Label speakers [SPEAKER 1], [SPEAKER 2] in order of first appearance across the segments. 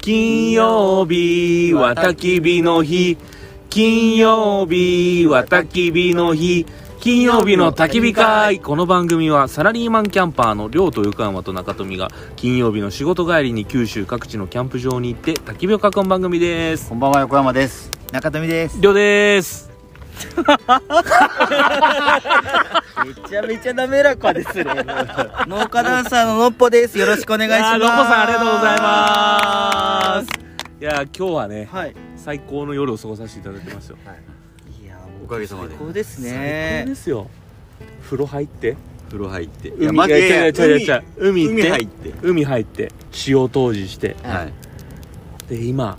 [SPEAKER 1] 金曜日は焚き火の日金曜日は焚き火の日金曜日の焚き火会この番組はサラリーマンキャンパーの亮と横山と中富が金曜日の仕事帰りに九州各地のキャンプ場に行って焚き火を囲む番組です
[SPEAKER 2] こんばんは横山です。中富です。
[SPEAKER 1] 亮です
[SPEAKER 3] めちゃめちゃ滑らかですね。 農家ダンサーののっぽです。よろしくお願いします。
[SPEAKER 1] あーロコさんありがとうございますいやー今日はね、
[SPEAKER 3] はい。
[SPEAKER 1] 最高の夜を過ごさせていただきますよ
[SPEAKER 3] いや
[SPEAKER 2] おかげさまで
[SPEAKER 3] 最高です
[SPEAKER 1] 最高
[SPEAKER 3] ね
[SPEAKER 1] で。すよ風呂入って
[SPEAKER 2] 風呂入って。
[SPEAKER 1] 海
[SPEAKER 2] まず
[SPEAKER 1] いや違う違う違う海
[SPEAKER 2] 海
[SPEAKER 1] 行って
[SPEAKER 2] 海入って。
[SPEAKER 1] 海入って塩当時して
[SPEAKER 2] はい。
[SPEAKER 1] で今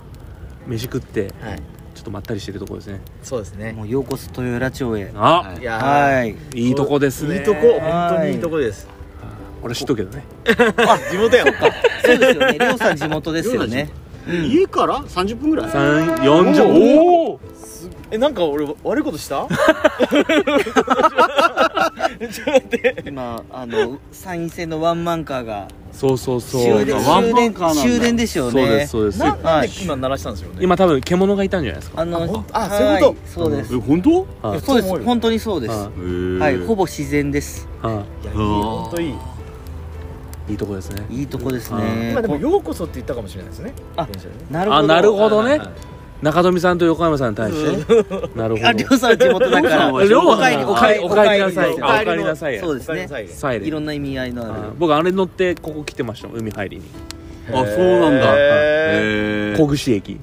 [SPEAKER 1] 飯食って
[SPEAKER 3] はい。
[SPEAKER 1] ちょっとまったりしてるとこですね
[SPEAKER 4] そうですね
[SPEAKER 3] もうようこそ豊浦町へ。
[SPEAKER 1] あ、
[SPEAKER 2] はい
[SPEAKER 4] いやー
[SPEAKER 3] はい。
[SPEAKER 1] い、いとこですね
[SPEAKER 4] いいとこ本当にいいとこです
[SPEAKER 1] これ知っとくけどね
[SPEAKER 4] 地元やんか
[SPEAKER 3] そうですよね。りょうさん地元ですよね。
[SPEAKER 2] 家から三十分ぐらい。
[SPEAKER 1] 3 40おお
[SPEAKER 4] えなんか俺悪いことした
[SPEAKER 3] 今あの参院選のワンマンカーが
[SPEAKER 1] そうそうそう
[SPEAKER 3] 終電
[SPEAKER 1] ワン
[SPEAKER 3] 終
[SPEAKER 2] ンカ
[SPEAKER 3] 電
[SPEAKER 2] ーなんだ
[SPEAKER 3] 終電ですよね。
[SPEAKER 1] そうですそうです
[SPEAKER 4] なん
[SPEAKER 3] は
[SPEAKER 4] で
[SPEAKER 3] い
[SPEAKER 4] 今鳴らしたんですよね
[SPEAKER 1] 今多分獣がいたんじゃないですか
[SPEAKER 3] あの
[SPEAKER 4] あほんあ
[SPEAKER 3] は
[SPEAKER 4] そういうこ
[SPEAKER 3] そうです。
[SPEAKER 2] え本当？
[SPEAKER 1] はい
[SPEAKER 3] そうで
[SPEAKER 4] そう思う
[SPEAKER 3] す。
[SPEAKER 4] よ
[SPEAKER 3] 本当にそうです。
[SPEAKER 1] は
[SPEAKER 2] は
[SPEAKER 3] はい。ほぼ自然です。
[SPEAKER 1] はい
[SPEAKER 4] やいい
[SPEAKER 2] あー
[SPEAKER 4] 本当いい
[SPEAKER 1] いいいとこですね
[SPEAKER 3] いいとこです
[SPEAKER 1] は
[SPEAKER 3] ね。
[SPEAKER 4] 今でも
[SPEAKER 3] こ
[SPEAKER 4] ようこそって言ったかもしれないですね
[SPEAKER 3] あ
[SPEAKER 4] 電車でね
[SPEAKER 3] なるほ
[SPEAKER 1] あ
[SPEAKER 3] ど。
[SPEAKER 1] なるほど
[SPEAKER 4] はい
[SPEAKER 1] ね
[SPEAKER 4] はいはい
[SPEAKER 1] 中富さんと横山さんに対してねなるほ
[SPEAKER 3] あ、りょ
[SPEAKER 1] ど
[SPEAKER 3] うさん地元だから。
[SPEAKER 2] りょうさんは
[SPEAKER 3] お帰り、
[SPEAKER 1] お帰りなさい
[SPEAKER 3] ですよ
[SPEAKER 1] あお帰りなさい
[SPEAKER 3] そうですね
[SPEAKER 4] お帰りなさ
[SPEAKER 1] サイレン
[SPEAKER 3] いろんな意味合いのあ
[SPEAKER 1] あ
[SPEAKER 3] る。
[SPEAKER 1] 僕あれ乗ってここ来てましたもん海入りに
[SPEAKER 2] あそうなんだ。
[SPEAKER 4] へ
[SPEAKER 2] へー
[SPEAKER 1] 小串駅い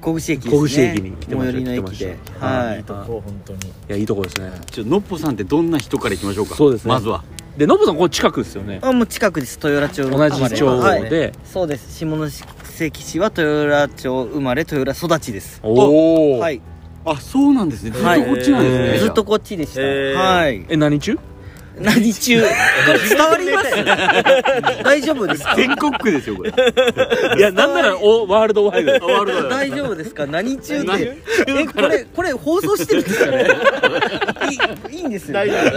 [SPEAKER 3] 小口駅ですね。
[SPEAKER 1] 小口駅に来てました
[SPEAKER 3] 最寄りの駅で
[SPEAKER 1] 来。てました
[SPEAKER 3] はい
[SPEAKER 4] い
[SPEAKER 3] い
[SPEAKER 4] い。とこ本当に
[SPEAKER 1] やいいとこですね
[SPEAKER 2] ちょのっぽさんってどんな人から行きましょうか。
[SPEAKER 1] そうですね
[SPEAKER 2] まずは。
[SPEAKER 1] でノブさんこれ近くですよね
[SPEAKER 3] あ、もう近くです。豊浦町生ま
[SPEAKER 1] 同
[SPEAKER 3] れ。
[SPEAKER 1] じ町
[SPEAKER 3] はい。
[SPEAKER 1] で
[SPEAKER 3] そうです。下関市は豊浦町生まれ、豊浦育ちです。
[SPEAKER 1] おお
[SPEAKER 3] はい。
[SPEAKER 2] あそうなんですね。ずっ
[SPEAKER 3] はい
[SPEAKER 2] とこっちなんです
[SPEAKER 1] へー
[SPEAKER 2] ね。
[SPEAKER 3] ずっとこっちでした。
[SPEAKER 4] へー
[SPEAKER 3] はい。
[SPEAKER 1] え何中
[SPEAKER 3] 何 中伝わります 大丈夫ですか
[SPEAKER 2] 全国区ですよこれ。
[SPEAKER 1] いや、なんなら、お、ワールドワイド。
[SPEAKER 2] ワールドだよ。
[SPEAKER 3] 大丈夫ですか何中
[SPEAKER 2] 何
[SPEAKER 3] でえこれこれ放送してるんですかねいいいいんですよ、
[SPEAKER 4] 大
[SPEAKER 3] ね、
[SPEAKER 4] 丈夫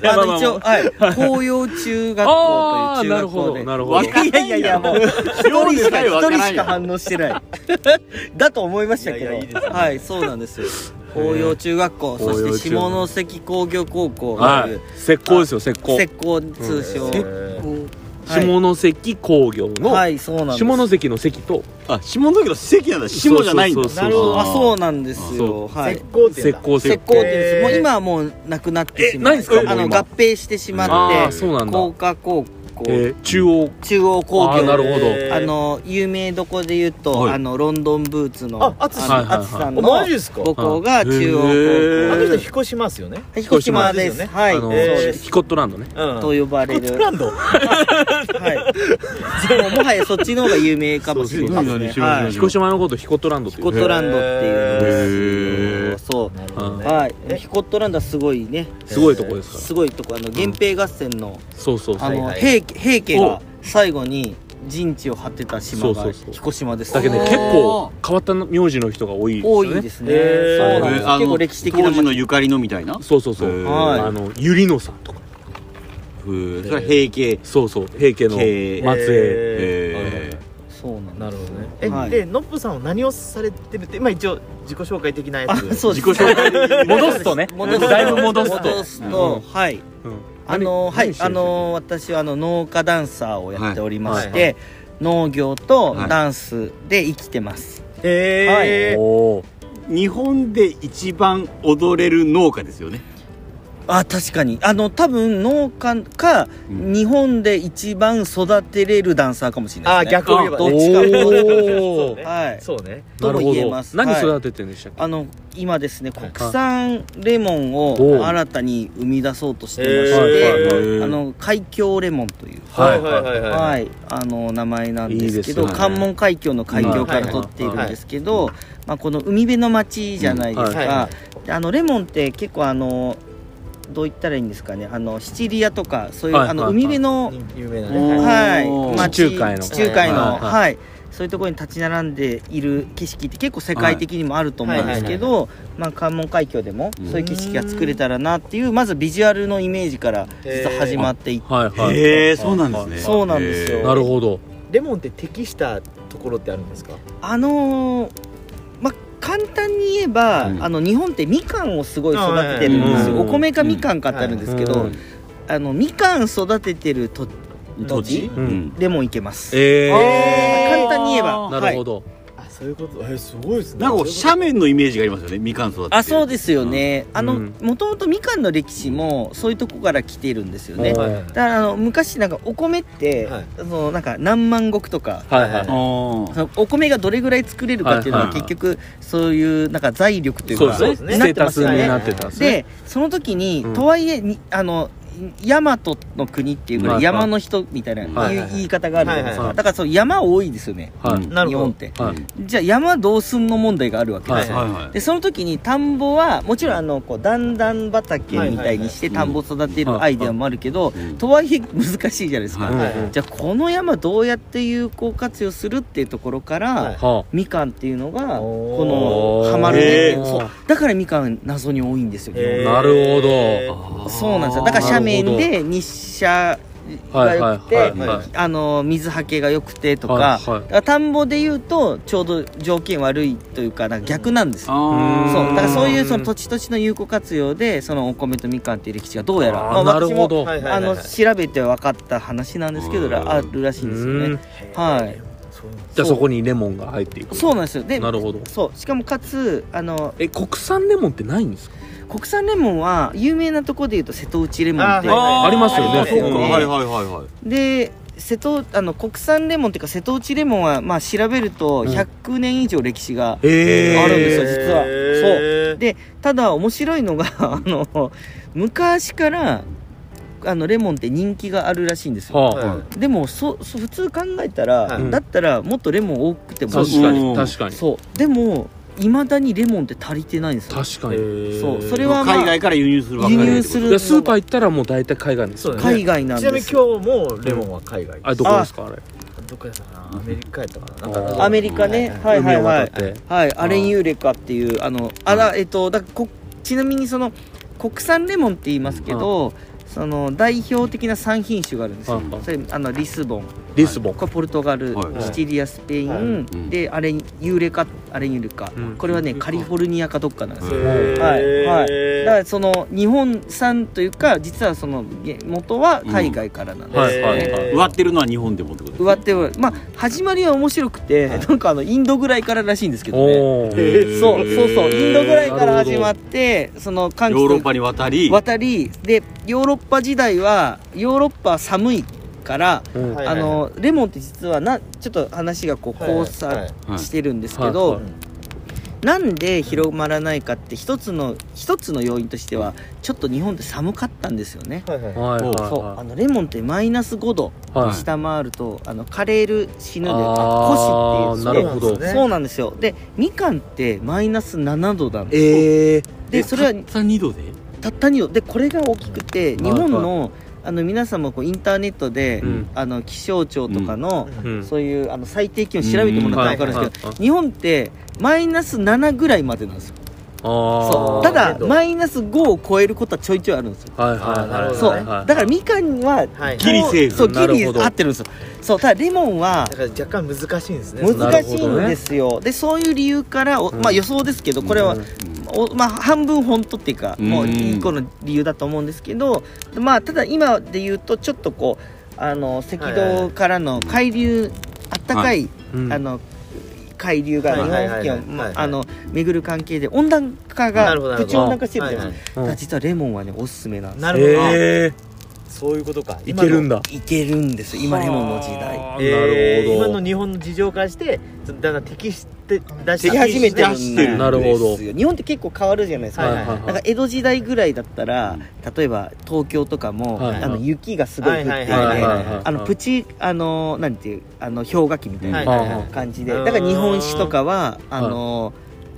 [SPEAKER 1] 大丈夫
[SPEAKER 3] あ
[SPEAKER 1] まあまあ
[SPEAKER 3] の一応はい紅葉中学校
[SPEAKER 1] あ
[SPEAKER 3] と
[SPEAKER 1] ー
[SPEAKER 3] いう中
[SPEAKER 1] なる
[SPEAKER 3] 学
[SPEAKER 1] ほ
[SPEAKER 3] 校
[SPEAKER 1] ど、
[SPEAKER 3] で
[SPEAKER 1] なるほ
[SPEAKER 2] わ
[SPEAKER 1] ど。
[SPEAKER 2] かん
[SPEAKER 3] いやいやいやもう一人しか一人しか反応してない だと思いましたけ
[SPEAKER 4] い
[SPEAKER 3] ど
[SPEAKER 4] やいやいいですね
[SPEAKER 3] はいそうなんですよ紅葉中学校そ
[SPEAKER 1] 紅葉
[SPEAKER 3] し
[SPEAKER 1] 中
[SPEAKER 3] て下関工業高校
[SPEAKER 1] は
[SPEAKER 3] という
[SPEAKER 1] い。石膏ですよ、石
[SPEAKER 3] 石
[SPEAKER 1] 膏。
[SPEAKER 3] 膏通称
[SPEAKER 4] へ
[SPEAKER 3] はい
[SPEAKER 1] 下関工業の、
[SPEAKER 3] はいそうなんです
[SPEAKER 1] 下関の関と、
[SPEAKER 2] あ下だけど関なんだ。下じゃないんだ。
[SPEAKER 1] そうそうそう
[SPEAKER 4] なるほど
[SPEAKER 3] あそうなんですよ
[SPEAKER 1] そ
[SPEAKER 3] はい
[SPEAKER 4] 石膏店
[SPEAKER 1] 石
[SPEAKER 4] だ
[SPEAKER 1] 膏
[SPEAKER 3] 石
[SPEAKER 1] 石
[SPEAKER 3] 膏店です
[SPEAKER 4] へー
[SPEAKER 3] もう今はもうなくなってしま
[SPEAKER 1] えないんですか
[SPEAKER 3] あ
[SPEAKER 1] もう
[SPEAKER 3] の
[SPEAKER 1] 今
[SPEAKER 3] 合併してしま
[SPEAKER 1] ああ、
[SPEAKER 3] って
[SPEAKER 1] そうなんだ。
[SPEAKER 3] 工科高校
[SPEAKER 1] えー、中央。
[SPEAKER 3] 中央工
[SPEAKER 1] ああ、
[SPEAKER 3] 業
[SPEAKER 1] なるほど。
[SPEAKER 4] へー
[SPEAKER 3] あの有名どこで言うと、
[SPEAKER 2] はい
[SPEAKER 3] あのロンドンブーツの
[SPEAKER 4] あ
[SPEAKER 3] あ
[SPEAKER 4] 淳
[SPEAKER 1] はいはい
[SPEAKER 3] の
[SPEAKER 1] はい
[SPEAKER 3] 淳さん
[SPEAKER 4] お
[SPEAKER 3] の
[SPEAKER 4] マジですか
[SPEAKER 3] 母校
[SPEAKER 1] は
[SPEAKER 3] が
[SPEAKER 1] い
[SPEAKER 3] 中央
[SPEAKER 2] へ
[SPEAKER 4] あ
[SPEAKER 2] ー
[SPEAKER 4] の人引っ越しますよね
[SPEAKER 3] 高校彦島で
[SPEAKER 4] 彦島です
[SPEAKER 3] す
[SPEAKER 4] よね
[SPEAKER 3] はい、
[SPEAKER 1] あの、
[SPEAKER 4] えー
[SPEAKER 3] そうです
[SPEAKER 1] ヒコットランドね。
[SPEAKER 4] うん
[SPEAKER 3] と呼ばれ
[SPEAKER 4] コ
[SPEAKER 3] る
[SPEAKER 4] ットランド
[SPEAKER 3] はいもうもはやそっちの方が有名かもしれない
[SPEAKER 2] そう
[SPEAKER 3] で
[SPEAKER 2] です
[SPEAKER 3] す
[SPEAKER 2] ね
[SPEAKER 3] ねはい
[SPEAKER 1] 彦島のことヒコットランドって
[SPEAKER 3] ヒ
[SPEAKER 1] いう。
[SPEAKER 3] コットランドっていう
[SPEAKER 2] へ
[SPEAKER 3] の
[SPEAKER 2] ー
[SPEAKER 3] がそう
[SPEAKER 4] なるほどね
[SPEAKER 3] はい
[SPEAKER 4] え
[SPEAKER 3] ヒコットランドはすごいね
[SPEAKER 1] すごいとこですから。
[SPEAKER 3] すごいとこあの源平合戦の、
[SPEAKER 1] そうそうそ
[SPEAKER 3] あ
[SPEAKER 1] う。
[SPEAKER 3] の
[SPEAKER 4] はい
[SPEAKER 3] 平家平家
[SPEAKER 1] お
[SPEAKER 3] が最後に陣地を張ってた島
[SPEAKER 1] そうそ
[SPEAKER 3] が
[SPEAKER 1] うそう
[SPEAKER 3] 彦島です
[SPEAKER 1] だけどね、
[SPEAKER 2] おー
[SPEAKER 1] 結構変わった名字の人が多いです
[SPEAKER 3] 多
[SPEAKER 1] よ
[SPEAKER 3] い
[SPEAKER 1] ね
[SPEAKER 3] で。すね
[SPEAKER 4] へー
[SPEAKER 3] そうなんで
[SPEAKER 2] え
[SPEAKER 3] す
[SPEAKER 2] あの
[SPEAKER 3] 結構歴史的な
[SPEAKER 2] 当時の
[SPEAKER 3] も
[SPEAKER 2] ゆかりのみたいな。へ
[SPEAKER 1] そうそうそう。
[SPEAKER 2] へ
[SPEAKER 3] ー
[SPEAKER 1] あの、ゆりのさんとか。
[SPEAKER 2] ーそれは平家。
[SPEAKER 1] そうそう。平家の
[SPEAKER 2] へー
[SPEAKER 1] 末裔。
[SPEAKER 2] へー
[SPEAKER 3] そうなん
[SPEAKER 4] な
[SPEAKER 3] で
[SPEAKER 4] るほどね
[SPEAKER 3] は
[SPEAKER 4] え
[SPEAKER 3] い
[SPEAKER 4] でノップさんは何をされてるってまあ一応自己紹介的なやつ
[SPEAKER 3] すあそうで
[SPEAKER 2] 自己
[SPEAKER 3] す
[SPEAKER 2] 紹介。
[SPEAKER 1] 戻すとね。
[SPEAKER 3] 戻すと
[SPEAKER 1] だいぶ戻すと。
[SPEAKER 3] 戻すとはい
[SPEAKER 1] うん
[SPEAKER 3] あのはいあ、
[SPEAKER 1] 何
[SPEAKER 3] の私はあの農家ダンサーをやっておりまし
[SPEAKER 4] はいは
[SPEAKER 3] て農業と
[SPEAKER 2] はい
[SPEAKER 3] ダンスで生きてます
[SPEAKER 4] へ
[SPEAKER 1] 何してる
[SPEAKER 4] え
[SPEAKER 1] おー
[SPEAKER 2] 日本で一番踊れる農家ですよね。
[SPEAKER 3] あ確かにあの多分農家か
[SPEAKER 2] うん
[SPEAKER 3] 日本で一番育てれるダンサーかもしれない
[SPEAKER 4] あ
[SPEAKER 3] ですね
[SPEAKER 4] 逆を言えば
[SPEAKER 3] どっ
[SPEAKER 4] ね
[SPEAKER 3] ちか
[SPEAKER 1] おー
[SPEAKER 3] はい
[SPEAKER 4] そうね
[SPEAKER 3] と
[SPEAKER 1] な
[SPEAKER 3] も
[SPEAKER 1] るほ
[SPEAKER 3] 言えま
[SPEAKER 1] ど
[SPEAKER 3] す
[SPEAKER 1] 何
[SPEAKER 3] はい
[SPEAKER 1] 育ててるんでしたっけ
[SPEAKER 3] あの今ですね国産レモン
[SPEAKER 1] おう
[SPEAKER 3] を新たに生み出してまして、
[SPEAKER 1] はいはい
[SPEAKER 2] へー
[SPEAKER 3] あの海峡レモンという、
[SPEAKER 4] はいはいはい
[SPEAKER 3] はい
[SPEAKER 4] はい
[SPEAKER 3] あの名前なんですけど
[SPEAKER 1] いいですね
[SPEAKER 3] 関門海峡の海峡から
[SPEAKER 4] うん
[SPEAKER 3] 取っているんですけど、まあ、この海辺の町じゃないで
[SPEAKER 1] う
[SPEAKER 3] すか、
[SPEAKER 1] ん
[SPEAKER 4] はいは
[SPEAKER 3] であのレモンって結構あのどう言ったらいいんですかねあのシチリアとかそういう、
[SPEAKER 1] はい
[SPEAKER 3] あの
[SPEAKER 1] はい
[SPEAKER 3] 海辺の、
[SPEAKER 4] 有名な
[SPEAKER 2] おー
[SPEAKER 4] ね
[SPEAKER 3] はい、まあ
[SPEAKER 1] 地中海の
[SPEAKER 3] 地中海の、
[SPEAKER 1] は
[SPEAKER 3] はいい
[SPEAKER 1] はい
[SPEAKER 3] そういうところに立ち並んでいる景色って結構世界的にもあると思うんですけど、まあ、関門海峡でも
[SPEAKER 2] うん
[SPEAKER 3] そういう景色が作れたらなっていうまずビジュアルのイメージから実は始まっていって、
[SPEAKER 1] はいはい
[SPEAKER 2] へえそうなんですね
[SPEAKER 3] そうなんですよ
[SPEAKER 1] なるほど
[SPEAKER 4] レモンって適したとところってあるんですか
[SPEAKER 3] あのーまあ簡単に言えば、
[SPEAKER 2] うん
[SPEAKER 3] あの日本ってみかんをすごい育ててるんですよ、
[SPEAKER 1] うん
[SPEAKER 3] お米かみかんかってあるんですけど、
[SPEAKER 1] うん
[SPEAKER 3] あのみかん育ててると
[SPEAKER 2] 土地
[SPEAKER 1] うん
[SPEAKER 2] うん
[SPEAKER 3] でもいけます、
[SPEAKER 1] え
[SPEAKER 4] あ
[SPEAKER 3] 簡単に言えば
[SPEAKER 1] ー、
[SPEAKER 3] はい
[SPEAKER 1] なるほど、
[SPEAKER 4] あそういうことえすごいですね
[SPEAKER 2] なんかこう斜面のイメージがありますよねみかん育てて
[SPEAKER 3] あそうですすよね、あの
[SPEAKER 1] うん
[SPEAKER 3] もともとみかんの歴史もそういうとこから来てるんですよね
[SPEAKER 1] は
[SPEAKER 3] だ
[SPEAKER 1] い
[SPEAKER 4] はい
[SPEAKER 3] からあの昔なんかお米って、
[SPEAKER 4] はい
[SPEAKER 3] そのなんか何万石とか
[SPEAKER 1] はいはい
[SPEAKER 2] あー
[SPEAKER 3] そのお米がどれぐらい作れるかっていうのは
[SPEAKER 2] はいはい
[SPEAKER 3] 結局そういうなんか財力というか
[SPEAKER 1] そうですねス
[SPEAKER 3] なっ
[SPEAKER 1] テー
[SPEAKER 3] てま
[SPEAKER 1] タ
[SPEAKER 3] す
[SPEAKER 1] ス
[SPEAKER 3] よ
[SPEAKER 1] に
[SPEAKER 3] ね
[SPEAKER 1] なってたんですね
[SPEAKER 3] でその時に、
[SPEAKER 1] うん
[SPEAKER 3] とはいえにあの大和の国っていうぐらい
[SPEAKER 1] はいはい
[SPEAKER 3] 山の人みたいな言う
[SPEAKER 1] はい
[SPEAKER 4] はい
[SPEAKER 3] 言い方があるじゃないですか、
[SPEAKER 1] はいはい
[SPEAKER 3] だからその山多いですよね
[SPEAKER 1] はい
[SPEAKER 2] うん
[SPEAKER 4] なる
[SPEAKER 3] 日
[SPEAKER 4] ほ
[SPEAKER 3] 本っ
[SPEAKER 4] ど
[SPEAKER 3] て
[SPEAKER 1] はい
[SPEAKER 3] じゃあ山どうすんの問題があるわけですよ、
[SPEAKER 1] はい
[SPEAKER 2] はい
[SPEAKER 3] でその時に田んぼはもちろんあのこう段々畑みたいにして田んぼ育てるアイデアもあるけど
[SPEAKER 2] うん
[SPEAKER 3] とはいえ難しいじゃないですか、
[SPEAKER 2] はい
[SPEAKER 1] うん
[SPEAKER 4] はい
[SPEAKER 1] うん
[SPEAKER 3] じゃあこの山どうやって有効活用するっていうところから、
[SPEAKER 4] はい
[SPEAKER 1] は
[SPEAKER 3] みかんっていうのがこ
[SPEAKER 4] お
[SPEAKER 3] の
[SPEAKER 1] ー
[SPEAKER 3] ハマるね
[SPEAKER 2] へー
[SPEAKER 3] そうだからみかん謎に多いんですよ、
[SPEAKER 4] へ
[SPEAKER 1] なる
[SPEAKER 4] え
[SPEAKER 1] ほど
[SPEAKER 3] そうなんですよだから斜面で日射が良くて、
[SPEAKER 1] はいはいはい
[SPEAKER 4] はい
[SPEAKER 3] あの水はけが良くてとか,、
[SPEAKER 1] はいはい
[SPEAKER 3] だから田んぼで言うとちょうど条件悪いというかなんか逆なんですよ
[SPEAKER 2] あー
[SPEAKER 3] そうだからそういううんその土地土地の有効活用でそのお米とみかんっていう歴史がどうやら
[SPEAKER 1] あーなるほ
[SPEAKER 3] 私も
[SPEAKER 1] ど、
[SPEAKER 4] はいはい
[SPEAKER 3] あ
[SPEAKER 4] はい
[SPEAKER 3] の
[SPEAKER 4] はい
[SPEAKER 3] 調べて分かった話なんですけ
[SPEAKER 2] う
[SPEAKER 3] ど
[SPEAKER 2] ん
[SPEAKER 3] あるらしいんですよ
[SPEAKER 1] う
[SPEAKER 3] ね
[SPEAKER 1] ん
[SPEAKER 3] はい
[SPEAKER 4] そう
[SPEAKER 1] じゃあそこにレモンが入っていく
[SPEAKER 3] そうなんですよで
[SPEAKER 1] なるほど
[SPEAKER 3] そうしかもかつあの
[SPEAKER 1] え国産レモンってないんですか
[SPEAKER 3] 国産レモンは有名なとこでいうと瀬戸内レモンって
[SPEAKER 4] あーはい
[SPEAKER 1] ありますよね
[SPEAKER 2] あそうか
[SPEAKER 1] うん
[SPEAKER 2] はいはいはいはい
[SPEAKER 3] で瀬戸あの国産レモンっていうか瀬戸内レモンは、まあ、調べると
[SPEAKER 1] うん
[SPEAKER 3] 100年以上歴史が、
[SPEAKER 1] え
[SPEAKER 3] あるんですよ
[SPEAKER 1] え
[SPEAKER 3] 実は
[SPEAKER 4] へー
[SPEAKER 3] でただ面白いのが あの昔からあのレモンって人気があるらしいんですよ
[SPEAKER 1] はあ、
[SPEAKER 4] はい
[SPEAKER 3] でもそそ普通考えたら、
[SPEAKER 4] はい
[SPEAKER 3] だったらもっとレモン多くても
[SPEAKER 1] 確か
[SPEAKER 2] う
[SPEAKER 1] に
[SPEAKER 2] ん
[SPEAKER 1] 確かに
[SPEAKER 3] そうでもいまだにレモンって足りてないんですよ
[SPEAKER 1] 確かに
[SPEAKER 3] そうそれ
[SPEAKER 2] まあ
[SPEAKER 3] は、まあ、
[SPEAKER 2] 海外から輸入するばっかり
[SPEAKER 3] 輸入する
[SPEAKER 1] いやスーパー行ったらもう大体海外です
[SPEAKER 4] そうだね
[SPEAKER 3] 海外なん
[SPEAKER 4] ちなみ
[SPEAKER 3] で
[SPEAKER 4] に
[SPEAKER 3] す
[SPEAKER 4] 今日もレモンは海外
[SPEAKER 1] あれどこですかあれ
[SPEAKER 4] どっかやったかなアメリカやったかななん
[SPEAKER 1] あ
[SPEAKER 4] か
[SPEAKER 3] アメリカね、
[SPEAKER 4] うん
[SPEAKER 3] はいはい
[SPEAKER 1] 海を渡
[SPEAKER 3] は
[SPEAKER 1] っ
[SPEAKER 3] い
[SPEAKER 1] て
[SPEAKER 3] はい、アレン・ユーレカっていうあのあら、えっとだこちなみにその国産レモンって言いますけど、その代表的な3品種があるんですよ、
[SPEAKER 1] うん
[SPEAKER 3] それあのリスボン
[SPEAKER 1] リスボン
[SPEAKER 3] これポルトガル、
[SPEAKER 2] はい
[SPEAKER 3] シチリアスペイン、
[SPEAKER 4] はい
[SPEAKER 2] ん
[SPEAKER 3] でアレン・ユーレカアレン・ユーレカ、
[SPEAKER 1] うん
[SPEAKER 3] これはねカリフォルニアかどっかなんですよ、
[SPEAKER 4] へー
[SPEAKER 3] はいはい、だからその日本産というか実はそのげ元は海外からなんで
[SPEAKER 1] う
[SPEAKER 3] す、
[SPEAKER 1] んはいはいはい
[SPEAKER 4] えー
[SPEAKER 2] 植わってるのは日本でもってことです
[SPEAKER 3] 植わってはまあ始まりは面白くて、なんかあのインドぐらいかららしいんですけどね
[SPEAKER 1] おー
[SPEAKER 2] へー
[SPEAKER 3] そうそうそうインドぐらいから始まってその
[SPEAKER 2] ヨ
[SPEAKER 3] 寒
[SPEAKER 2] ーロッ
[SPEAKER 3] 気
[SPEAKER 2] パに渡り
[SPEAKER 3] 渡りでヨーロッパ時代はヨーロッパは寒いから、
[SPEAKER 1] うん
[SPEAKER 4] はい
[SPEAKER 3] あのレモンって実はなちょっと話がこう
[SPEAKER 4] はいはい
[SPEAKER 3] 交差
[SPEAKER 2] はい
[SPEAKER 3] してるんですけど、
[SPEAKER 1] はいは
[SPEAKER 3] なんで広まらないかって一つの一つの要因としてはちょっと日本って寒かったんですよね。
[SPEAKER 4] はいはいはい
[SPEAKER 1] はいはい
[SPEAKER 3] そう
[SPEAKER 1] は
[SPEAKER 3] あのレモンってマイナス5度
[SPEAKER 1] いはい
[SPEAKER 3] 下回ると、あの枯れる死ぬで
[SPEAKER 1] あー
[SPEAKER 3] 枯死っていう
[SPEAKER 1] なるほ
[SPEAKER 4] そ
[SPEAKER 1] ど
[SPEAKER 4] うなんですね
[SPEAKER 3] そうなんですよでみかんってマイナス7度なんですよ
[SPEAKER 1] ええ
[SPEAKER 3] でそれは
[SPEAKER 2] たった2度で
[SPEAKER 3] たった2度でこれが大きくて
[SPEAKER 1] ん
[SPEAKER 3] 日本のあの皆さんもこうインターネットで、
[SPEAKER 1] うん
[SPEAKER 3] あの気象庁とかの、
[SPEAKER 4] うん
[SPEAKER 1] うん
[SPEAKER 3] そういうあの最低気温調べてもらったら分かるんですけど、日本ってマイナス7ぐらいまでなんですよ
[SPEAKER 1] あ
[SPEAKER 3] そ
[SPEAKER 1] あ
[SPEAKER 3] うただ
[SPEAKER 4] けど
[SPEAKER 3] マイナス5を超えることはちょいちょいあるんですよ
[SPEAKER 1] はいはいはい
[SPEAKER 4] あーなるほどね
[SPEAKER 3] そう、
[SPEAKER 1] はいはい
[SPEAKER 3] だからみかんは
[SPEAKER 4] はい
[SPEAKER 2] ギリセーフ
[SPEAKER 3] そう
[SPEAKER 1] な
[SPEAKER 3] ギ
[SPEAKER 1] る
[SPEAKER 3] リ
[SPEAKER 1] ほど
[SPEAKER 3] 合ってるんですよそうただレモンは
[SPEAKER 4] だから若干難しいんですね
[SPEAKER 1] なる
[SPEAKER 3] 難
[SPEAKER 1] ほ
[SPEAKER 3] しいんですよ、でそういう理由からお、
[SPEAKER 1] うん
[SPEAKER 3] まあ予想ですけどこれは、
[SPEAKER 1] うん
[SPEAKER 3] おまあ、半分本当っていうか、もう
[SPEAKER 2] うん
[SPEAKER 3] いい子の理由だと思うんですけど、まあ、ただ今で言うとちょっとこうあの赤道からの海流あったかい、
[SPEAKER 1] うん
[SPEAKER 3] あの海流が
[SPEAKER 4] はい
[SPEAKER 3] 日本付近を
[SPEAKER 4] はいはいはいはい
[SPEAKER 3] まああの巡る関係で温暖化が
[SPEAKER 4] なるほどなる
[SPEAKER 3] 土
[SPEAKER 4] ほ
[SPEAKER 3] 地
[SPEAKER 4] ど
[SPEAKER 3] 温暖化してるじゃない
[SPEAKER 4] はい
[SPEAKER 3] です
[SPEAKER 1] う
[SPEAKER 3] か
[SPEAKER 1] ん
[SPEAKER 3] だから実はレモンはねおすすめなんです
[SPEAKER 4] なるほど、
[SPEAKER 1] ええ
[SPEAKER 4] そういうことか
[SPEAKER 1] いけるんだ
[SPEAKER 3] いけるんですよ今レモンの時代
[SPEAKER 1] はあ
[SPEAKER 4] 今のえー
[SPEAKER 1] なる
[SPEAKER 4] 今
[SPEAKER 1] ほ
[SPEAKER 4] の
[SPEAKER 1] ど
[SPEAKER 4] 日本の事情からしてだんだん適して出
[SPEAKER 3] 出
[SPEAKER 4] し
[SPEAKER 3] 来
[SPEAKER 4] て
[SPEAKER 3] 始めてるん
[SPEAKER 2] 出
[SPEAKER 3] で
[SPEAKER 2] し
[SPEAKER 3] す
[SPEAKER 2] て
[SPEAKER 3] よ
[SPEAKER 2] る
[SPEAKER 1] なるほど
[SPEAKER 3] 日本って結構変わるじゃないですか、
[SPEAKER 1] はい
[SPEAKER 4] はい
[SPEAKER 1] はいはい
[SPEAKER 3] なんか江戸時代ぐらいだったら、例えば東京とかも、
[SPEAKER 1] はい
[SPEAKER 3] あの雪がすごい降っていて、
[SPEAKER 4] はい
[SPEAKER 1] はいはいはい
[SPEAKER 3] あのプチあのなんていうあの氷河期みたい
[SPEAKER 4] はい
[SPEAKER 3] な
[SPEAKER 4] はいは
[SPEAKER 1] あ
[SPEAKER 4] い
[SPEAKER 3] 感じで、
[SPEAKER 4] うん
[SPEAKER 3] だから日本酒とかはあの、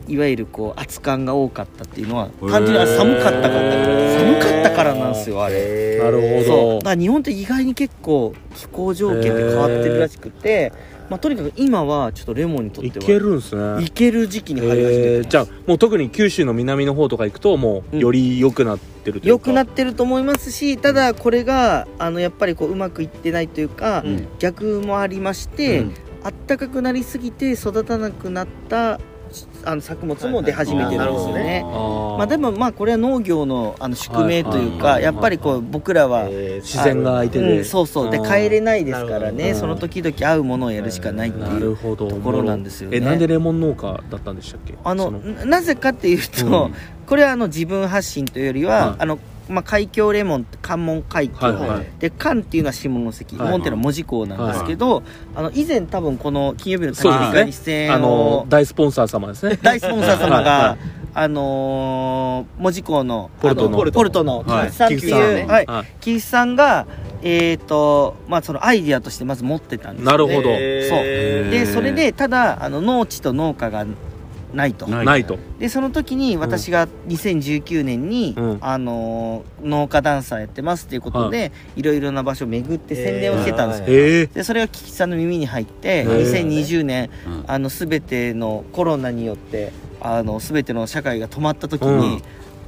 [SPEAKER 3] い、わゆるこう熱感が多かったっていうのは
[SPEAKER 2] ー
[SPEAKER 3] 単純に寒かったから
[SPEAKER 1] へ
[SPEAKER 3] 寒
[SPEAKER 1] ー
[SPEAKER 3] かったからなんですよあれ。
[SPEAKER 4] え
[SPEAKER 1] なるほど
[SPEAKER 3] そうだから日本って意外に結構気候条件って変わってるらしくて、まあ、とにかく今はちょっとレモンにとっ
[SPEAKER 1] い
[SPEAKER 3] てはい
[SPEAKER 1] けるんすね
[SPEAKER 3] いける時期に入り始めて
[SPEAKER 1] え
[SPEAKER 3] ま
[SPEAKER 1] ー
[SPEAKER 3] す
[SPEAKER 1] じゃあもう特に九州の南の方とか行くともうより良くなってるという
[SPEAKER 3] 良
[SPEAKER 1] か、
[SPEAKER 3] くなってると思いますしただこれがあのやっぱりこううまくいってないというか、
[SPEAKER 2] うん
[SPEAKER 3] 逆もありまして、
[SPEAKER 1] うん
[SPEAKER 3] 暖かくなりすぎて育たなくなったあの作物も出始めてるんですよ
[SPEAKER 4] はいはい
[SPEAKER 3] ね。
[SPEAKER 1] あ
[SPEAKER 3] まあ、でもまあこれは農業のあの宿命
[SPEAKER 1] はい
[SPEAKER 3] という
[SPEAKER 1] はいはいは
[SPEAKER 3] か
[SPEAKER 1] い
[SPEAKER 3] やっぱりこう僕らは
[SPEAKER 4] え
[SPEAKER 1] 自然が相手で、
[SPEAKER 3] うん、そうそうで
[SPEAKER 1] あー
[SPEAKER 3] 帰れないですから
[SPEAKER 1] なる
[SPEAKER 3] ね
[SPEAKER 1] ほど
[SPEAKER 3] その時々合うものをやるしかないって
[SPEAKER 1] ないる
[SPEAKER 3] う
[SPEAKER 1] ほど
[SPEAKER 3] ところなんですよね
[SPEAKER 1] えなんでレモン農家だったんでしたっけ
[SPEAKER 3] あの
[SPEAKER 1] そ
[SPEAKER 3] ななぜかっていうと、
[SPEAKER 1] うん
[SPEAKER 3] これはあの自分発信というよりは、
[SPEAKER 1] はい
[SPEAKER 3] あのまあ、海峡レモンって関門海峡、
[SPEAKER 1] はいはい
[SPEAKER 3] で関っていうのは下関、
[SPEAKER 1] はい
[SPEAKER 3] 門っていうのは門司港なんですけど、あの以前多分この金曜日の
[SPEAKER 1] そう
[SPEAKER 3] 焚
[SPEAKER 1] ですね
[SPEAKER 3] き火会に出
[SPEAKER 1] あ
[SPEAKER 3] 演
[SPEAKER 1] の
[SPEAKER 3] を
[SPEAKER 1] 大スポンサー様です ね
[SPEAKER 3] 大スポンサー様が、
[SPEAKER 1] はいはい
[SPEAKER 3] あのー、門司港の
[SPEAKER 1] ポルトの
[SPEAKER 3] あポルポルトの
[SPEAKER 1] はい
[SPEAKER 3] 菊池さんっていう、
[SPEAKER 4] 菊池さんね
[SPEAKER 3] はい
[SPEAKER 1] はい
[SPEAKER 3] 菊池さんが、えーとまあ、そのアイディアとしてまず持ってたんですよ
[SPEAKER 1] なるほど、へ
[SPEAKER 4] え
[SPEAKER 3] で
[SPEAKER 1] ー
[SPEAKER 3] それでただあの農地と農家がないと
[SPEAKER 2] ない
[SPEAKER 1] ないと
[SPEAKER 3] でその時に私が2019年に、
[SPEAKER 1] うん
[SPEAKER 3] あのー農家ダンサーやってますっていうことで、い、ろいろな場所を巡って宣伝をしてたんですよ、
[SPEAKER 4] えー
[SPEAKER 1] ええ
[SPEAKER 3] でそれが菊池さんの耳に入って
[SPEAKER 1] ー
[SPEAKER 3] 2020年
[SPEAKER 2] うん
[SPEAKER 3] あの全てのコロナによってあの全ての社会が止まった時
[SPEAKER 1] う
[SPEAKER 3] に、
[SPEAKER 1] ん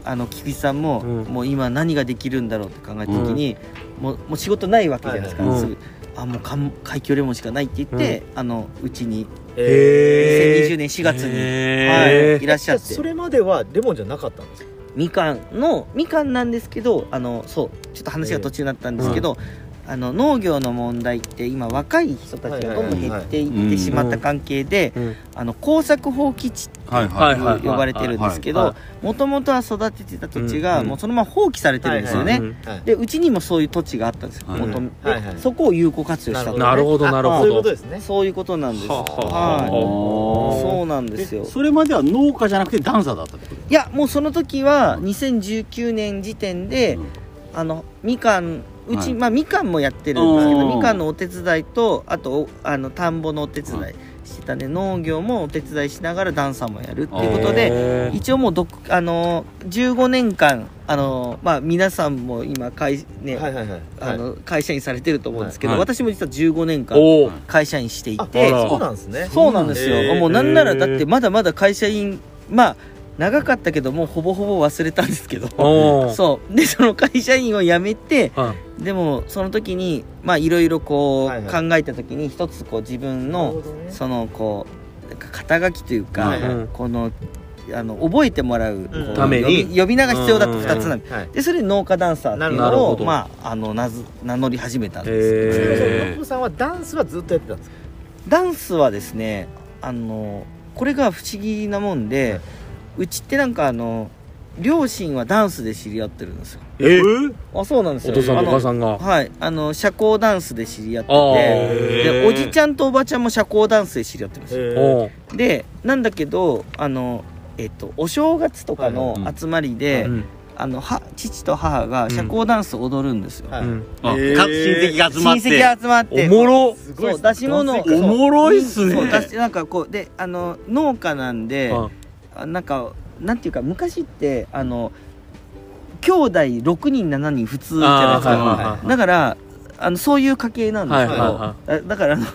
[SPEAKER 3] あの菊池さんも、
[SPEAKER 1] うん
[SPEAKER 3] もう今何ができるんだろうって考えた時に、もうもう仕事ないわけじゃないですか、
[SPEAKER 1] はいはい
[SPEAKER 3] すぐあもうかん海峡レモンしかないって言って、あのうちに
[SPEAKER 1] へ
[SPEAKER 3] 2020年4月に、
[SPEAKER 1] へ
[SPEAKER 3] はい、いらっしゃって
[SPEAKER 4] それまではレモンじゃなかったんですか
[SPEAKER 3] みかんのみかんなんですけどあのそうちょっと話が途中になったんですけど、あの農業の問題って今若い人たちがどんどん減っていってしまった関係で
[SPEAKER 1] うん
[SPEAKER 3] あの耕作放棄地って
[SPEAKER 2] はい
[SPEAKER 1] はいはい
[SPEAKER 3] 呼ばれてるんですけ
[SPEAKER 1] はいは
[SPEAKER 3] ど
[SPEAKER 1] い
[SPEAKER 3] もともとは育ててた土地
[SPEAKER 1] う
[SPEAKER 3] が
[SPEAKER 1] ん
[SPEAKER 3] もうそのまま放棄されてるんですよ
[SPEAKER 1] う
[SPEAKER 3] ね。
[SPEAKER 1] ん
[SPEAKER 3] でうちにもそういう土地があったんですよ、
[SPEAKER 2] はい
[SPEAKER 3] 元々で
[SPEAKER 4] はいはい
[SPEAKER 3] そこを有効活用したと
[SPEAKER 1] なるほどなるほ
[SPEAKER 4] あそういう
[SPEAKER 1] ど
[SPEAKER 4] ことですね
[SPEAKER 3] そういうことなんです
[SPEAKER 1] はあ
[SPEAKER 3] はい
[SPEAKER 1] はあ
[SPEAKER 3] そうなんですよ
[SPEAKER 2] えそれまでは農家じゃなくてダンサーだったってこ
[SPEAKER 3] いやもうその時は2019年時点で、
[SPEAKER 2] うん
[SPEAKER 3] あのみかんうち、
[SPEAKER 2] はい
[SPEAKER 3] まあみかんもやってるんですけ
[SPEAKER 2] うん
[SPEAKER 3] どみかんのお手伝いとあとおあの田んぼのお手伝いしてたね、農業もお手伝いしながらダンサーもやるっていうことで
[SPEAKER 1] へー
[SPEAKER 3] 一応もうどあの15年間あの、まあ、皆さんも今会,、ね
[SPEAKER 4] はいはいはい
[SPEAKER 3] あの会社員されてると思うんですけど、
[SPEAKER 2] はい
[SPEAKER 3] 私も実は15年間
[SPEAKER 1] おー
[SPEAKER 3] 会社員してい
[SPEAKER 4] あ
[SPEAKER 3] て
[SPEAKER 1] あら
[SPEAKER 4] そうなんですね
[SPEAKER 3] そうなんですよ、
[SPEAKER 4] へー
[SPEAKER 3] もうなんならだってまだまだ会社員まあ長かったけどもうほぼほぼ忘れたんですけど
[SPEAKER 1] おー
[SPEAKER 3] そうでその会社員を辞めて
[SPEAKER 1] はい
[SPEAKER 3] でもその時にまあいろいろこう
[SPEAKER 4] はいは
[SPEAKER 3] 考えた時に一つこう自分
[SPEAKER 4] なるほ
[SPEAKER 3] の
[SPEAKER 4] どね
[SPEAKER 3] そのこうなんか肩書きというか、
[SPEAKER 2] はいはい
[SPEAKER 3] このあの覚えてもらうこう
[SPEAKER 4] た
[SPEAKER 1] めに
[SPEAKER 3] 呼び呼び名が必要だと2つなの
[SPEAKER 4] はい
[SPEAKER 3] でそれで農家ダンサーっていう
[SPEAKER 1] なる
[SPEAKER 3] の
[SPEAKER 1] ほ
[SPEAKER 3] を
[SPEAKER 1] ど
[SPEAKER 3] まああの名ず名乗り始めたんです
[SPEAKER 4] それこそ
[SPEAKER 1] へ
[SPEAKER 4] ノッポさんはダンスはずっとやってたんですか
[SPEAKER 3] ダンスはですねあのこれが不思議なもんで、うちってなんかあの両親はダンスで知り合ってるんですよ
[SPEAKER 1] えー
[SPEAKER 3] あそうなんです
[SPEAKER 1] お
[SPEAKER 3] よ
[SPEAKER 1] 父さん
[SPEAKER 3] あ
[SPEAKER 1] とお
[SPEAKER 3] の
[SPEAKER 1] 母さんが
[SPEAKER 3] はいあの社交ダンスで知り合って
[SPEAKER 1] あー
[SPEAKER 3] てでおじちゃんとおばちゃんも社交ダンスで知り合ってるんですよ
[SPEAKER 1] おー
[SPEAKER 3] でなんだけどあのえっとお正月とかの
[SPEAKER 2] はいはい
[SPEAKER 3] 集まりで、
[SPEAKER 1] うん
[SPEAKER 3] あのは父と母が社交ダンスを踊るんですよ、
[SPEAKER 4] は
[SPEAKER 1] う
[SPEAKER 4] い
[SPEAKER 1] ん
[SPEAKER 2] とあ
[SPEAKER 4] へー
[SPEAKER 2] か親戚が集ま
[SPEAKER 3] 親
[SPEAKER 2] って
[SPEAKER 3] 戚が集まって
[SPEAKER 1] おもろ
[SPEAKER 4] すごい
[SPEAKER 3] そう出し物を
[SPEAKER 4] 男性
[SPEAKER 2] おもろいっすね
[SPEAKER 3] そう出しなんかこうであの農家なんで
[SPEAKER 1] あ
[SPEAKER 3] あなんかなんていうか昔ってあの兄弟6人7人普通じゃないです
[SPEAKER 1] あー
[SPEAKER 3] か
[SPEAKER 1] はいはいはい
[SPEAKER 3] だからあのそういう家系なんですけ
[SPEAKER 1] はい
[SPEAKER 3] ど、
[SPEAKER 1] は
[SPEAKER 3] あだからあの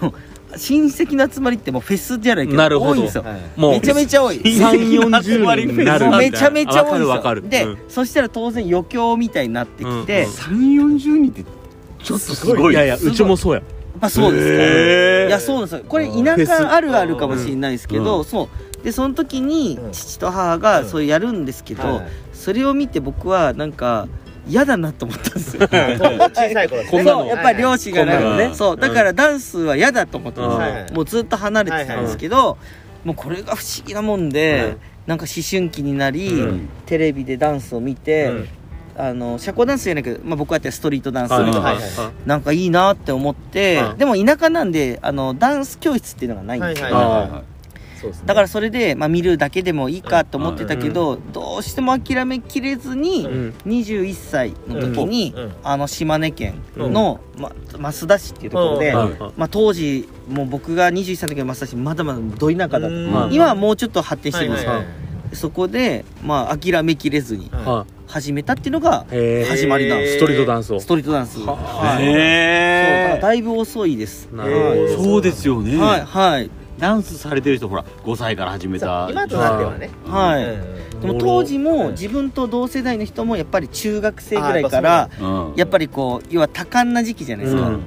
[SPEAKER 3] 親戚の集まりってもうフェスじゃないけど
[SPEAKER 1] なるほど
[SPEAKER 3] 多いんですよ
[SPEAKER 4] はい
[SPEAKER 1] もう
[SPEAKER 3] めちゃめちゃ多い
[SPEAKER 2] 戚
[SPEAKER 1] 3 4 0人になる
[SPEAKER 3] もうめちゃめちゃ多いんですよ
[SPEAKER 1] わかるわかる
[SPEAKER 3] で、
[SPEAKER 1] うん
[SPEAKER 3] そしたら当然余興みたいになってきて、
[SPEAKER 1] うん
[SPEAKER 2] 3四4 0人ってちょっとすごい
[SPEAKER 1] いやいや
[SPEAKER 3] すごいう
[SPEAKER 1] ちもそうや
[SPEAKER 3] まあそうですね
[SPEAKER 1] へー
[SPEAKER 3] いやそうなんですよこれ田舎あるあるかもしれないですけど、そうでその時に
[SPEAKER 4] うん
[SPEAKER 3] 父と母がそうやるんですけど、
[SPEAKER 4] はい
[SPEAKER 3] それを見て僕はなんか嫌だなと思ったんですよ
[SPEAKER 4] 小さい頃ですね
[SPEAKER 1] こんなの
[SPEAKER 3] そうやっぱり両親がなん
[SPEAKER 1] こん
[SPEAKER 3] か
[SPEAKER 1] なの
[SPEAKER 3] ね
[SPEAKER 1] ね
[SPEAKER 3] そうだからダンスは嫌だと思ってたん
[SPEAKER 4] はい
[SPEAKER 3] で
[SPEAKER 4] はい
[SPEAKER 3] すよもうずっと離れてたんですけど、もうこれが不思議なもんで、
[SPEAKER 1] うん
[SPEAKER 3] なんか思春期になり、
[SPEAKER 1] うん
[SPEAKER 3] テレビでダンスを見て、
[SPEAKER 1] うん
[SPEAKER 3] あの社交ダンスじゃなく、まあ、僕はやってるストリートダンス
[SPEAKER 1] はいはい
[SPEAKER 3] と
[SPEAKER 1] い
[SPEAKER 3] か
[SPEAKER 4] は
[SPEAKER 1] はい
[SPEAKER 3] なんかいいなって思って、
[SPEAKER 1] うん
[SPEAKER 3] でも田舎なんであのダンス教室っていうのがないんですよ、
[SPEAKER 4] はい
[SPEAKER 2] はいはい
[SPEAKER 4] そうですね
[SPEAKER 3] だからそれで、まあ、見るだけでもいいかと思ってたけど、どうしても諦めきれず
[SPEAKER 1] う
[SPEAKER 3] に、
[SPEAKER 1] ん
[SPEAKER 3] 21歳の時に、
[SPEAKER 4] うんうん
[SPEAKER 3] あの島根県の、ま増田市っていうところで、
[SPEAKER 1] うんうん
[SPEAKER 3] まあ、当時もう僕が21歳の時の増田市まだまだど田舎だった、
[SPEAKER 4] うん
[SPEAKER 1] まあ
[SPEAKER 3] 今はもうちょっと発展し
[SPEAKER 4] は
[SPEAKER 3] て
[SPEAKER 4] い
[SPEAKER 3] るんで
[SPEAKER 4] は
[SPEAKER 3] す
[SPEAKER 4] い
[SPEAKER 3] けど、
[SPEAKER 4] はい
[SPEAKER 3] そこで、まあ、諦めきれずに
[SPEAKER 4] はい
[SPEAKER 1] は
[SPEAKER 3] 始めたっていうのが
[SPEAKER 1] いへー
[SPEAKER 3] 始まりなんです
[SPEAKER 1] ストリートダンスを
[SPEAKER 3] ストリートダンス
[SPEAKER 1] は
[SPEAKER 3] はいそうだから
[SPEAKER 2] へ
[SPEAKER 3] だいぶ遅いです
[SPEAKER 1] な
[SPEAKER 4] へ
[SPEAKER 1] るほど
[SPEAKER 4] ー
[SPEAKER 2] えそうですよね
[SPEAKER 3] はいはい
[SPEAKER 2] ダンスされてる人ほら5歳から始めた
[SPEAKER 4] 今となってはね
[SPEAKER 3] は
[SPEAKER 4] う
[SPEAKER 3] い、
[SPEAKER 4] ん
[SPEAKER 3] でも当時
[SPEAKER 4] うん
[SPEAKER 3] も自分と同世代の人もやっぱり中学生ぐらいから
[SPEAKER 2] うん
[SPEAKER 3] やっぱりこう要は多感な時期じゃないですか、
[SPEAKER 1] うん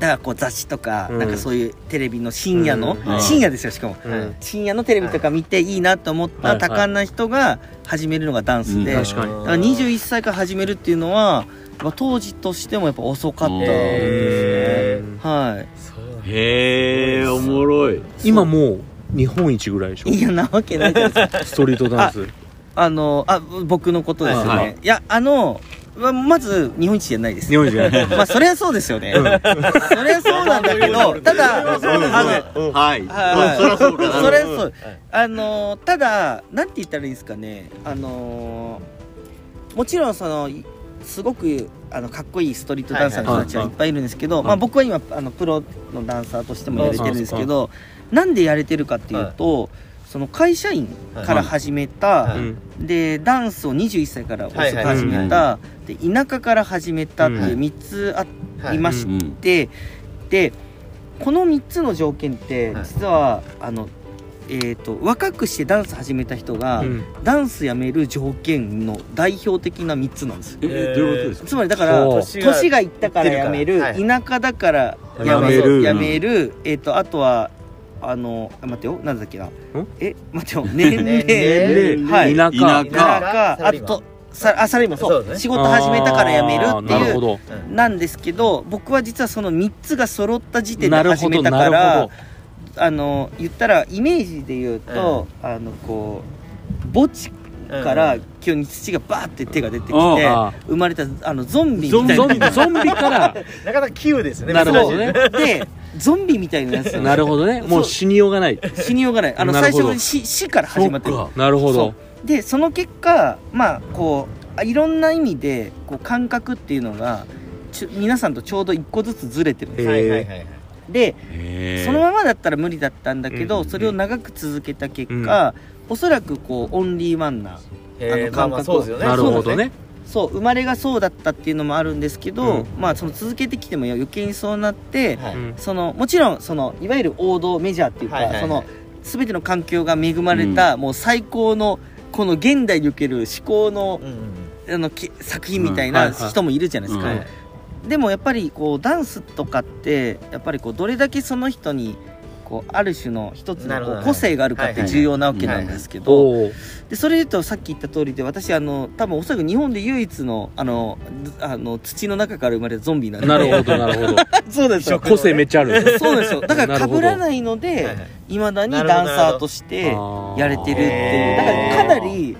[SPEAKER 3] だだからこう雑誌とか、
[SPEAKER 1] うん
[SPEAKER 3] なんかそういうテレビの深夜の、
[SPEAKER 1] うん
[SPEAKER 2] はい
[SPEAKER 3] 深夜ですよしかも、
[SPEAKER 1] うん
[SPEAKER 3] 深夜のテレビとか見ていいなと思っ
[SPEAKER 1] はい
[SPEAKER 3] た
[SPEAKER 1] はい
[SPEAKER 3] 多感な人が始めるのがダンスで、
[SPEAKER 1] う
[SPEAKER 3] だ
[SPEAKER 1] ん
[SPEAKER 3] か
[SPEAKER 1] 確かに
[SPEAKER 3] ら21歳から始めるっていうのはやっぱ当時としてもやっぱ遅かったで
[SPEAKER 1] へ
[SPEAKER 3] すね、はい
[SPEAKER 2] へえおもろい
[SPEAKER 1] 今もう日本一ぐらいでしょ
[SPEAKER 3] いやなわけないじゃないですか
[SPEAKER 1] ストリートダンス
[SPEAKER 3] あのあ僕のことですよね、、
[SPEAKER 1] はいはい
[SPEAKER 3] やあのままず日本一じゃないです
[SPEAKER 1] 日本一じゃない
[SPEAKER 3] まあそりゃそうですよね、
[SPEAKER 1] うん
[SPEAKER 3] そりゃそうなんだけどただあの
[SPEAKER 2] はい、
[SPEAKER 3] はい
[SPEAKER 2] そりゃそうかな
[SPEAKER 3] それそうあのーただなんて言ったらいいんですかねあのーもちろんそのいすごくあのかっこいいストリートダンサーの人たちはいっぱいいるんですけど、
[SPEAKER 1] い
[SPEAKER 3] まあ、僕は今あのプロのダンサーとしてもやれてるんですけどなんでやれてるかっていうと、その会社員から始めた、
[SPEAKER 4] はい
[SPEAKER 1] うん
[SPEAKER 3] でダンスを21歳から遅く
[SPEAKER 4] はいはい
[SPEAKER 3] 始めた、で田舎から始めたっていうう3つあっ
[SPEAKER 4] はい
[SPEAKER 3] いまし
[SPEAKER 2] うん
[SPEAKER 3] て、でこの3つの条件って
[SPEAKER 4] はい
[SPEAKER 3] 実は、あのえー、と若くしてダンス始めた人が、
[SPEAKER 1] うん
[SPEAKER 3] ダンスやめる条件の代表的な3つなんですよ
[SPEAKER 2] ええどういうことですか
[SPEAKER 3] つまりだから
[SPEAKER 1] そう
[SPEAKER 3] 年がいったからやめる、
[SPEAKER 4] はい
[SPEAKER 3] 田舎だからや
[SPEAKER 1] やめ
[SPEAKER 3] め
[SPEAKER 1] る
[SPEAKER 3] るやめる、えっ、とあとはあのあ待ってよなんだっけなえ待ってよ年齢
[SPEAKER 4] 年
[SPEAKER 2] 齢
[SPEAKER 3] はい、
[SPEAKER 1] 田舎
[SPEAKER 2] 田舎
[SPEAKER 3] ならか
[SPEAKER 4] サラ
[SPEAKER 3] あ
[SPEAKER 4] リーマン
[SPEAKER 3] とさあサラリーマンそう
[SPEAKER 4] そうね
[SPEAKER 3] 仕事始めたから辞める
[SPEAKER 1] あー
[SPEAKER 3] って
[SPEAKER 1] なる
[SPEAKER 3] い
[SPEAKER 1] ほ
[SPEAKER 3] う
[SPEAKER 1] ど
[SPEAKER 3] なんですけど僕は実はその3つが揃った時点で
[SPEAKER 1] なる
[SPEAKER 3] 始
[SPEAKER 1] ほ
[SPEAKER 3] め
[SPEAKER 1] ど
[SPEAKER 3] た
[SPEAKER 1] な
[SPEAKER 3] か
[SPEAKER 1] る
[SPEAKER 3] らあの言ったらイメージで言うと、あのこう墓地から急に土がバーって手が出てきて、
[SPEAKER 1] ほどあ
[SPEAKER 3] 生まれたあのゾンビ
[SPEAKER 1] ーゾ
[SPEAKER 3] み
[SPEAKER 1] ン
[SPEAKER 3] た
[SPEAKER 1] ビゾ
[SPEAKER 3] い
[SPEAKER 1] ン
[SPEAKER 3] な
[SPEAKER 1] ビゾンビから
[SPEAKER 4] なかなか器用ですよね
[SPEAKER 1] なるほど
[SPEAKER 4] 珍しい
[SPEAKER 1] ね
[SPEAKER 3] でゾンビみたいなやつ
[SPEAKER 1] なるほどねもう死にようがない
[SPEAKER 3] 死にようがないあの
[SPEAKER 1] なる
[SPEAKER 3] 最
[SPEAKER 1] ほど
[SPEAKER 3] 初に死死から始まってる
[SPEAKER 2] そっ
[SPEAKER 1] なるほど
[SPEAKER 3] そうでその結果まあこうあいろんな意味でこう感覚っていうのがちょ皆さんとちょうど一個ずつずれてるんです
[SPEAKER 1] へ
[SPEAKER 3] よ
[SPEAKER 4] はいはいはいはい
[SPEAKER 3] で
[SPEAKER 2] へー
[SPEAKER 3] そのままだったら無理だったんだけ
[SPEAKER 1] うんう
[SPEAKER 3] ど
[SPEAKER 1] んうん
[SPEAKER 3] それを長く続けた結果おそらくこうオンリーワンな
[SPEAKER 4] え
[SPEAKER 3] あの感覚
[SPEAKER 4] ーまあまあそうですよね
[SPEAKER 1] なるほどね
[SPEAKER 3] そう生まれがそうだったっていうのもあるんですけ
[SPEAKER 1] う
[SPEAKER 3] ど、
[SPEAKER 1] ん
[SPEAKER 3] まあその続けてきても余計にそうなって、
[SPEAKER 4] は
[SPEAKER 1] う
[SPEAKER 4] い
[SPEAKER 1] ん
[SPEAKER 3] そのもちろんそのいわゆる王道メジャーっていうか、
[SPEAKER 4] はいはいはい
[SPEAKER 3] その全ての環境が恵まれた、もう最高のこの現代における思考の
[SPEAKER 4] うんうん
[SPEAKER 3] あのき作品みたい
[SPEAKER 1] うん
[SPEAKER 3] な
[SPEAKER 1] はいはい
[SPEAKER 3] 人もいるじゃないですか、
[SPEAKER 4] うん
[SPEAKER 2] は
[SPEAKER 3] でもやっぱりこうダンスとかってやっぱりこうどれだけその人にこうある種の一つ
[SPEAKER 4] なる
[SPEAKER 3] の
[SPEAKER 4] ほ
[SPEAKER 3] こう
[SPEAKER 4] どね
[SPEAKER 3] 個性があるかっ
[SPEAKER 4] はい
[SPEAKER 3] て
[SPEAKER 4] はい
[SPEAKER 3] 重要なわけなんですけど
[SPEAKER 1] おー
[SPEAKER 3] でそれで言うとさっき言った通りで私あの多分おそらく日本で唯一のあのずあの土の中から生まれたゾンビなんで
[SPEAKER 1] なるほどなるほど
[SPEAKER 3] そうですよ
[SPEAKER 1] 個性めっちゃある
[SPEAKER 3] そうですよだから被らないの
[SPEAKER 4] は
[SPEAKER 3] で
[SPEAKER 4] いはい
[SPEAKER 3] いまだにダンサーとして
[SPEAKER 1] あー
[SPEAKER 3] やれてるっていう
[SPEAKER 4] へ
[SPEAKER 3] だ
[SPEAKER 4] ー
[SPEAKER 3] からかなり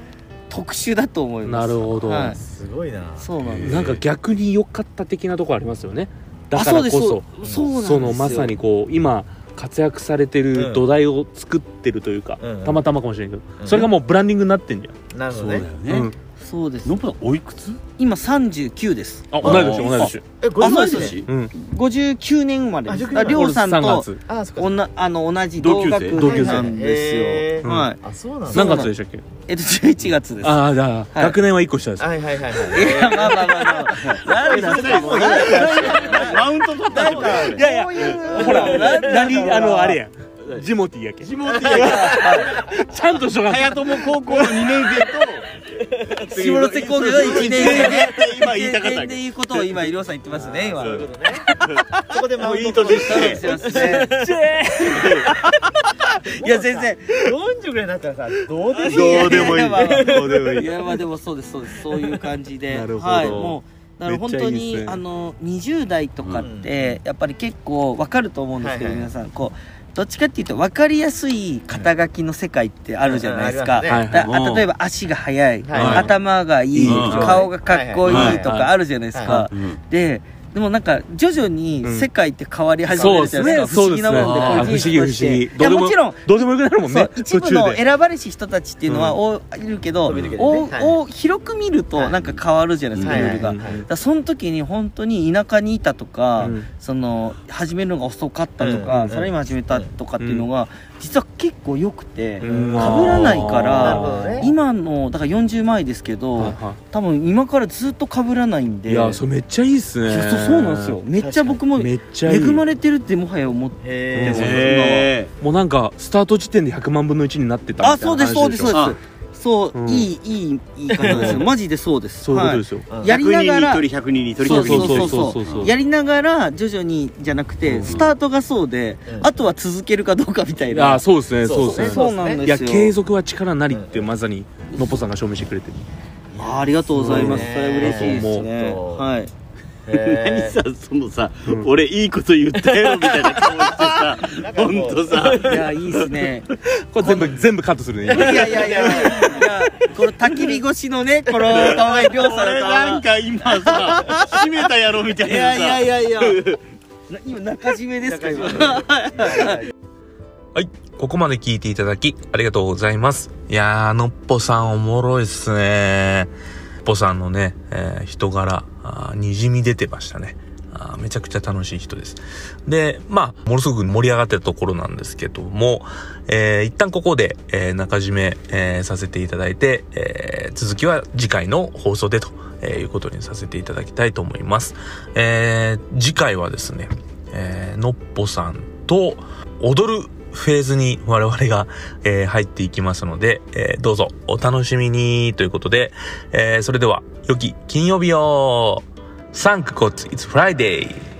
[SPEAKER 3] 特殊だと思いま
[SPEAKER 1] な
[SPEAKER 3] す
[SPEAKER 1] るほど
[SPEAKER 3] はい
[SPEAKER 4] すごいな
[SPEAKER 3] そうなんで す
[SPEAKER 1] なんか逆に良かった的なとこありますよねだ
[SPEAKER 3] あ
[SPEAKER 1] か
[SPEAKER 3] そ
[SPEAKER 1] ら
[SPEAKER 3] うで
[SPEAKER 1] こ
[SPEAKER 3] す
[SPEAKER 1] そ
[SPEAKER 3] そうそうなんですよ
[SPEAKER 1] そのまさにこう今活躍されて
[SPEAKER 4] う
[SPEAKER 1] る
[SPEAKER 4] ん
[SPEAKER 1] 土台を作ってるというか、
[SPEAKER 4] うん
[SPEAKER 1] たまたまかもしれんけど、
[SPEAKER 4] うん
[SPEAKER 1] それがもうブランディングになってんじゃん、
[SPEAKER 4] なる
[SPEAKER 2] そ
[SPEAKER 4] ほど
[SPEAKER 2] うだよ
[SPEAKER 4] ね
[SPEAKER 2] ね、
[SPEAKER 1] うん
[SPEAKER 3] そうです
[SPEAKER 2] のぶさんおいくつ
[SPEAKER 3] 今39です
[SPEAKER 1] あ同い年同い年
[SPEAKER 4] えご存知
[SPEAKER 3] あそうです
[SPEAKER 4] で
[SPEAKER 1] うん
[SPEAKER 3] 59年生まれ
[SPEAKER 4] あ
[SPEAKER 3] です
[SPEAKER 4] 59
[SPEAKER 3] ありょうさん
[SPEAKER 1] 俺3
[SPEAKER 3] と
[SPEAKER 1] 月
[SPEAKER 4] あそっ
[SPEAKER 3] お
[SPEAKER 4] か
[SPEAKER 3] なあの同じ
[SPEAKER 2] 同級
[SPEAKER 3] 同
[SPEAKER 2] 生
[SPEAKER 3] 学
[SPEAKER 2] 同
[SPEAKER 4] 級生
[SPEAKER 3] なんですよ、
[SPEAKER 1] へー
[SPEAKER 3] はい
[SPEAKER 4] あそうなんだ
[SPEAKER 1] 何月でしたっけ
[SPEAKER 3] えっと11月です
[SPEAKER 1] ああじゃあ、学年は1個下です
[SPEAKER 4] はいはいはいはい
[SPEAKER 3] いやまあまあまあまあなんだそう
[SPEAKER 2] マウント取ったの
[SPEAKER 1] いやいや
[SPEAKER 3] こういう
[SPEAKER 1] ほらな何あのあれ
[SPEAKER 3] や
[SPEAKER 1] やんジモティーやけ
[SPEAKER 2] 地元や
[SPEAKER 1] ちゃんとしとかんと
[SPEAKER 2] 早友高校の2年
[SPEAKER 3] 下関工業が1年生で
[SPEAKER 2] 今言いたかったわけ
[SPEAKER 3] でいうことを今りょうさん言ってますね今
[SPEAKER 4] そういうことねそこでマウント
[SPEAKER 2] もういい年し
[SPEAKER 3] そうですよねいや全然
[SPEAKER 4] 40ぐらいになったらさどうで
[SPEAKER 2] 生
[SPEAKER 4] しょう
[SPEAKER 2] どうでもいいどうでもい
[SPEAKER 3] い
[SPEAKER 2] い
[SPEAKER 3] やまあでもそうですそうですそういう感じ で
[SPEAKER 1] なるほど
[SPEAKER 3] はいもうだから本当
[SPEAKER 1] めっちゃいい
[SPEAKER 3] に
[SPEAKER 1] ですね
[SPEAKER 3] あの20代とかってやっぱり結構わかると思うんですけど、
[SPEAKER 4] はいはい
[SPEAKER 3] 皆さんこうどっちかっていうと分かりやすい肩書きの世界ってあるじゃないですか、
[SPEAKER 4] うんうんあ
[SPEAKER 1] りますね
[SPEAKER 3] だ
[SPEAKER 2] はいはい
[SPEAKER 3] あ例えば足が速い、
[SPEAKER 4] はい
[SPEAKER 3] 頭がいい、
[SPEAKER 2] うん
[SPEAKER 3] 顔がかっこ
[SPEAKER 2] はいい
[SPEAKER 3] いとかあるじゃないですか、
[SPEAKER 4] は
[SPEAKER 2] うん
[SPEAKER 3] ででもなんか徐々に世界って変わり始め
[SPEAKER 1] そう
[SPEAKER 3] る
[SPEAKER 1] で
[SPEAKER 3] じゃ
[SPEAKER 1] す
[SPEAKER 3] ない
[SPEAKER 1] ね
[SPEAKER 3] ですか、
[SPEAKER 1] そう
[SPEAKER 3] 不思
[SPEAKER 1] で
[SPEAKER 3] 議
[SPEAKER 1] す
[SPEAKER 3] な
[SPEAKER 1] ね
[SPEAKER 3] もんで
[SPEAKER 1] あ
[SPEAKER 3] 個
[SPEAKER 1] ー不
[SPEAKER 3] 人
[SPEAKER 1] 思議
[SPEAKER 3] 識
[SPEAKER 1] 不
[SPEAKER 3] と
[SPEAKER 1] 思議
[SPEAKER 3] していやもちろん
[SPEAKER 1] どうでもよくなるもん
[SPEAKER 3] そ
[SPEAKER 1] ね
[SPEAKER 3] う一部の選ばれし人たちっていうのはおいるけど、
[SPEAKER 4] 飛び抜けてね
[SPEAKER 3] お
[SPEAKER 4] はい
[SPEAKER 3] お広く見ると
[SPEAKER 4] はい
[SPEAKER 3] なんか変わるじゃないですか、
[SPEAKER 4] はい
[SPEAKER 3] ルールが。
[SPEAKER 1] うん
[SPEAKER 3] だからその時に本当に田舎にいたとか、
[SPEAKER 1] うん
[SPEAKER 3] その始めるのが遅かったとか、
[SPEAKER 4] うん
[SPEAKER 3] サラリーマン始めたとかっていうのが、実は結構良くて、
[SPEAKER 1] うん
[SPEAKER 3] 被らないから
[SPEAKER 4] なるほどね
[SPEAKER 3] 今のだから40前ですけど、
[SPEAKER 1] はいは
[SPEAKER 3] 多分今からずっと被らないん
[SPEAKER 1] い
[SPEAKER 3] で
[SPEAKER 1] いやそれめっちゃいいっす
[SPEAKER 3] い
[SPEAKER 1] ね
[SPEAKER 3] やそうそうなんですよめっちゃ僕も
[SPEAKER 1] め
[SPEAKER 3] 恵
[SPEAKER 1] っちゃいい
[SPEAKER 3] まれてるってもはや思って。
[SPEAKER 4] へー
[SPEAKER 1] へもうなんかスタート時点で100万分の1になってた
[SPEAKER 3] あ
[SPEAKER 1] みたい
[SPEAKER 3] そう
[SPEAKER 1] な話
[SPEAKER 3] ですそうですそ
[SPEAKER 1] し
[SPEAKER 3] う
[SPEAKER 1] ょ
[SPEAKER 3] で
[SPEAKER 2] あ
[SPEAKER 3] すそう、
[SPEAKER 1] うん
[SPEAKER 3] いいいい言い方ですよ
[SPEAKER 1] うん
[SPEAKER 3] マジでそうです
[SPEAKER 1] そういうことですよ、
[SPEAKER 4] うん
[SPEAKER 3] やりながら
[SPEAKER 2] 100人に1人100人
[SPEAKER 1] そうう
[SPEAKER 3] そ
[SPEAKER 2] に1人100人100
[SPEAKER 1] そ
[SPEAKER 2] 人
[SPEAKER 3] そう
[SPEAKER 1] う
[SPEAKER 3] そ
[SPEAKER 1] そうう
[SPEAKER 3] そ
[SPEAKER 1] そうう
[SPEAKER 3] やりながら徐々にじゃなくて、
[SPEAKER 1] うん
[SPEAKER 3] スタートがそうで、
[SPEAKER 4] うん
[SPEAKER 3] あとは続けるかどうかみたい
[SPEAKER 1] あ
[SPEAKER 3] な
[SPEAKER 1] あそうですねそうですね
[SPEAKER 3] そうなん
[SPEAKER 1] いや
[SPEAKER 3] ですよ
[SPEAKER 1] 継続は力なりってまさにのっぽさんが証明してくれてる
[SPEAKER 3] あありがとうございます
[SPEAKER 4] す
[SPEAKER 3] そ
[SPEAKER 4] ごい
[SPEAKER 3] れ
[SPEAKER 4] ね
[SPEAKER 3] 嬉しいですね
[SPEAKER 4] ちょっと
[SPEAKER 3] はい
[SPEAKER 2] 何さそのさ、
[SPEAKER 1] うん
[SPEAKER 2] 俺いいこと言ったよみたいな顔して さ
[SPEAKER 4] んか
[SPEAKER 2] ほ
[SPEAKER 4] もうん
[SPEAKER 2] と さ
[SPEAKER 3] いやいいですね
[SPEAKER 1] これ全部全部カットするね
[SPEAKER 3] いやいやいやいやこの焚き火越しのねこの可愛いりょうさん
[SPEAKER 2] 俺
[SPEAKER 3] の
[SPEAKER 2] なん
[SPEAKER 3] 顔
[SPEAKER 2] か今さ 閉めたやろみたい
[SPEAKER 3] い
[SPEAKER 2] な
[SPEAKER 3] や
[SPEAKER 2] さ
[SPEAKER 3] いやいやいや今中締めですか今
[SPEAKER 1] はい。ここまで聞いていただき、ありがとうございます。いやー、のっぽさんおもろいっすね。のっぽさんのね、えー人柄、あーにじみ出てましたね。あーめちゃくちゃ楽しい人です。で、まあ、ものすごく盛り上がってるところなんですけども、えー一旦ここで、えー中締め、えーさせていただいて、えー続きは次回の放送でと、えーいうことにさせていただきたいと思います。えー次回はですね、えーのっぽさんと踊るフェーズに我々が、えー入っていきますので、えーどうぞお楽しみにということで、えーそれでは良き金曜日をサンクコッツ It's Friday!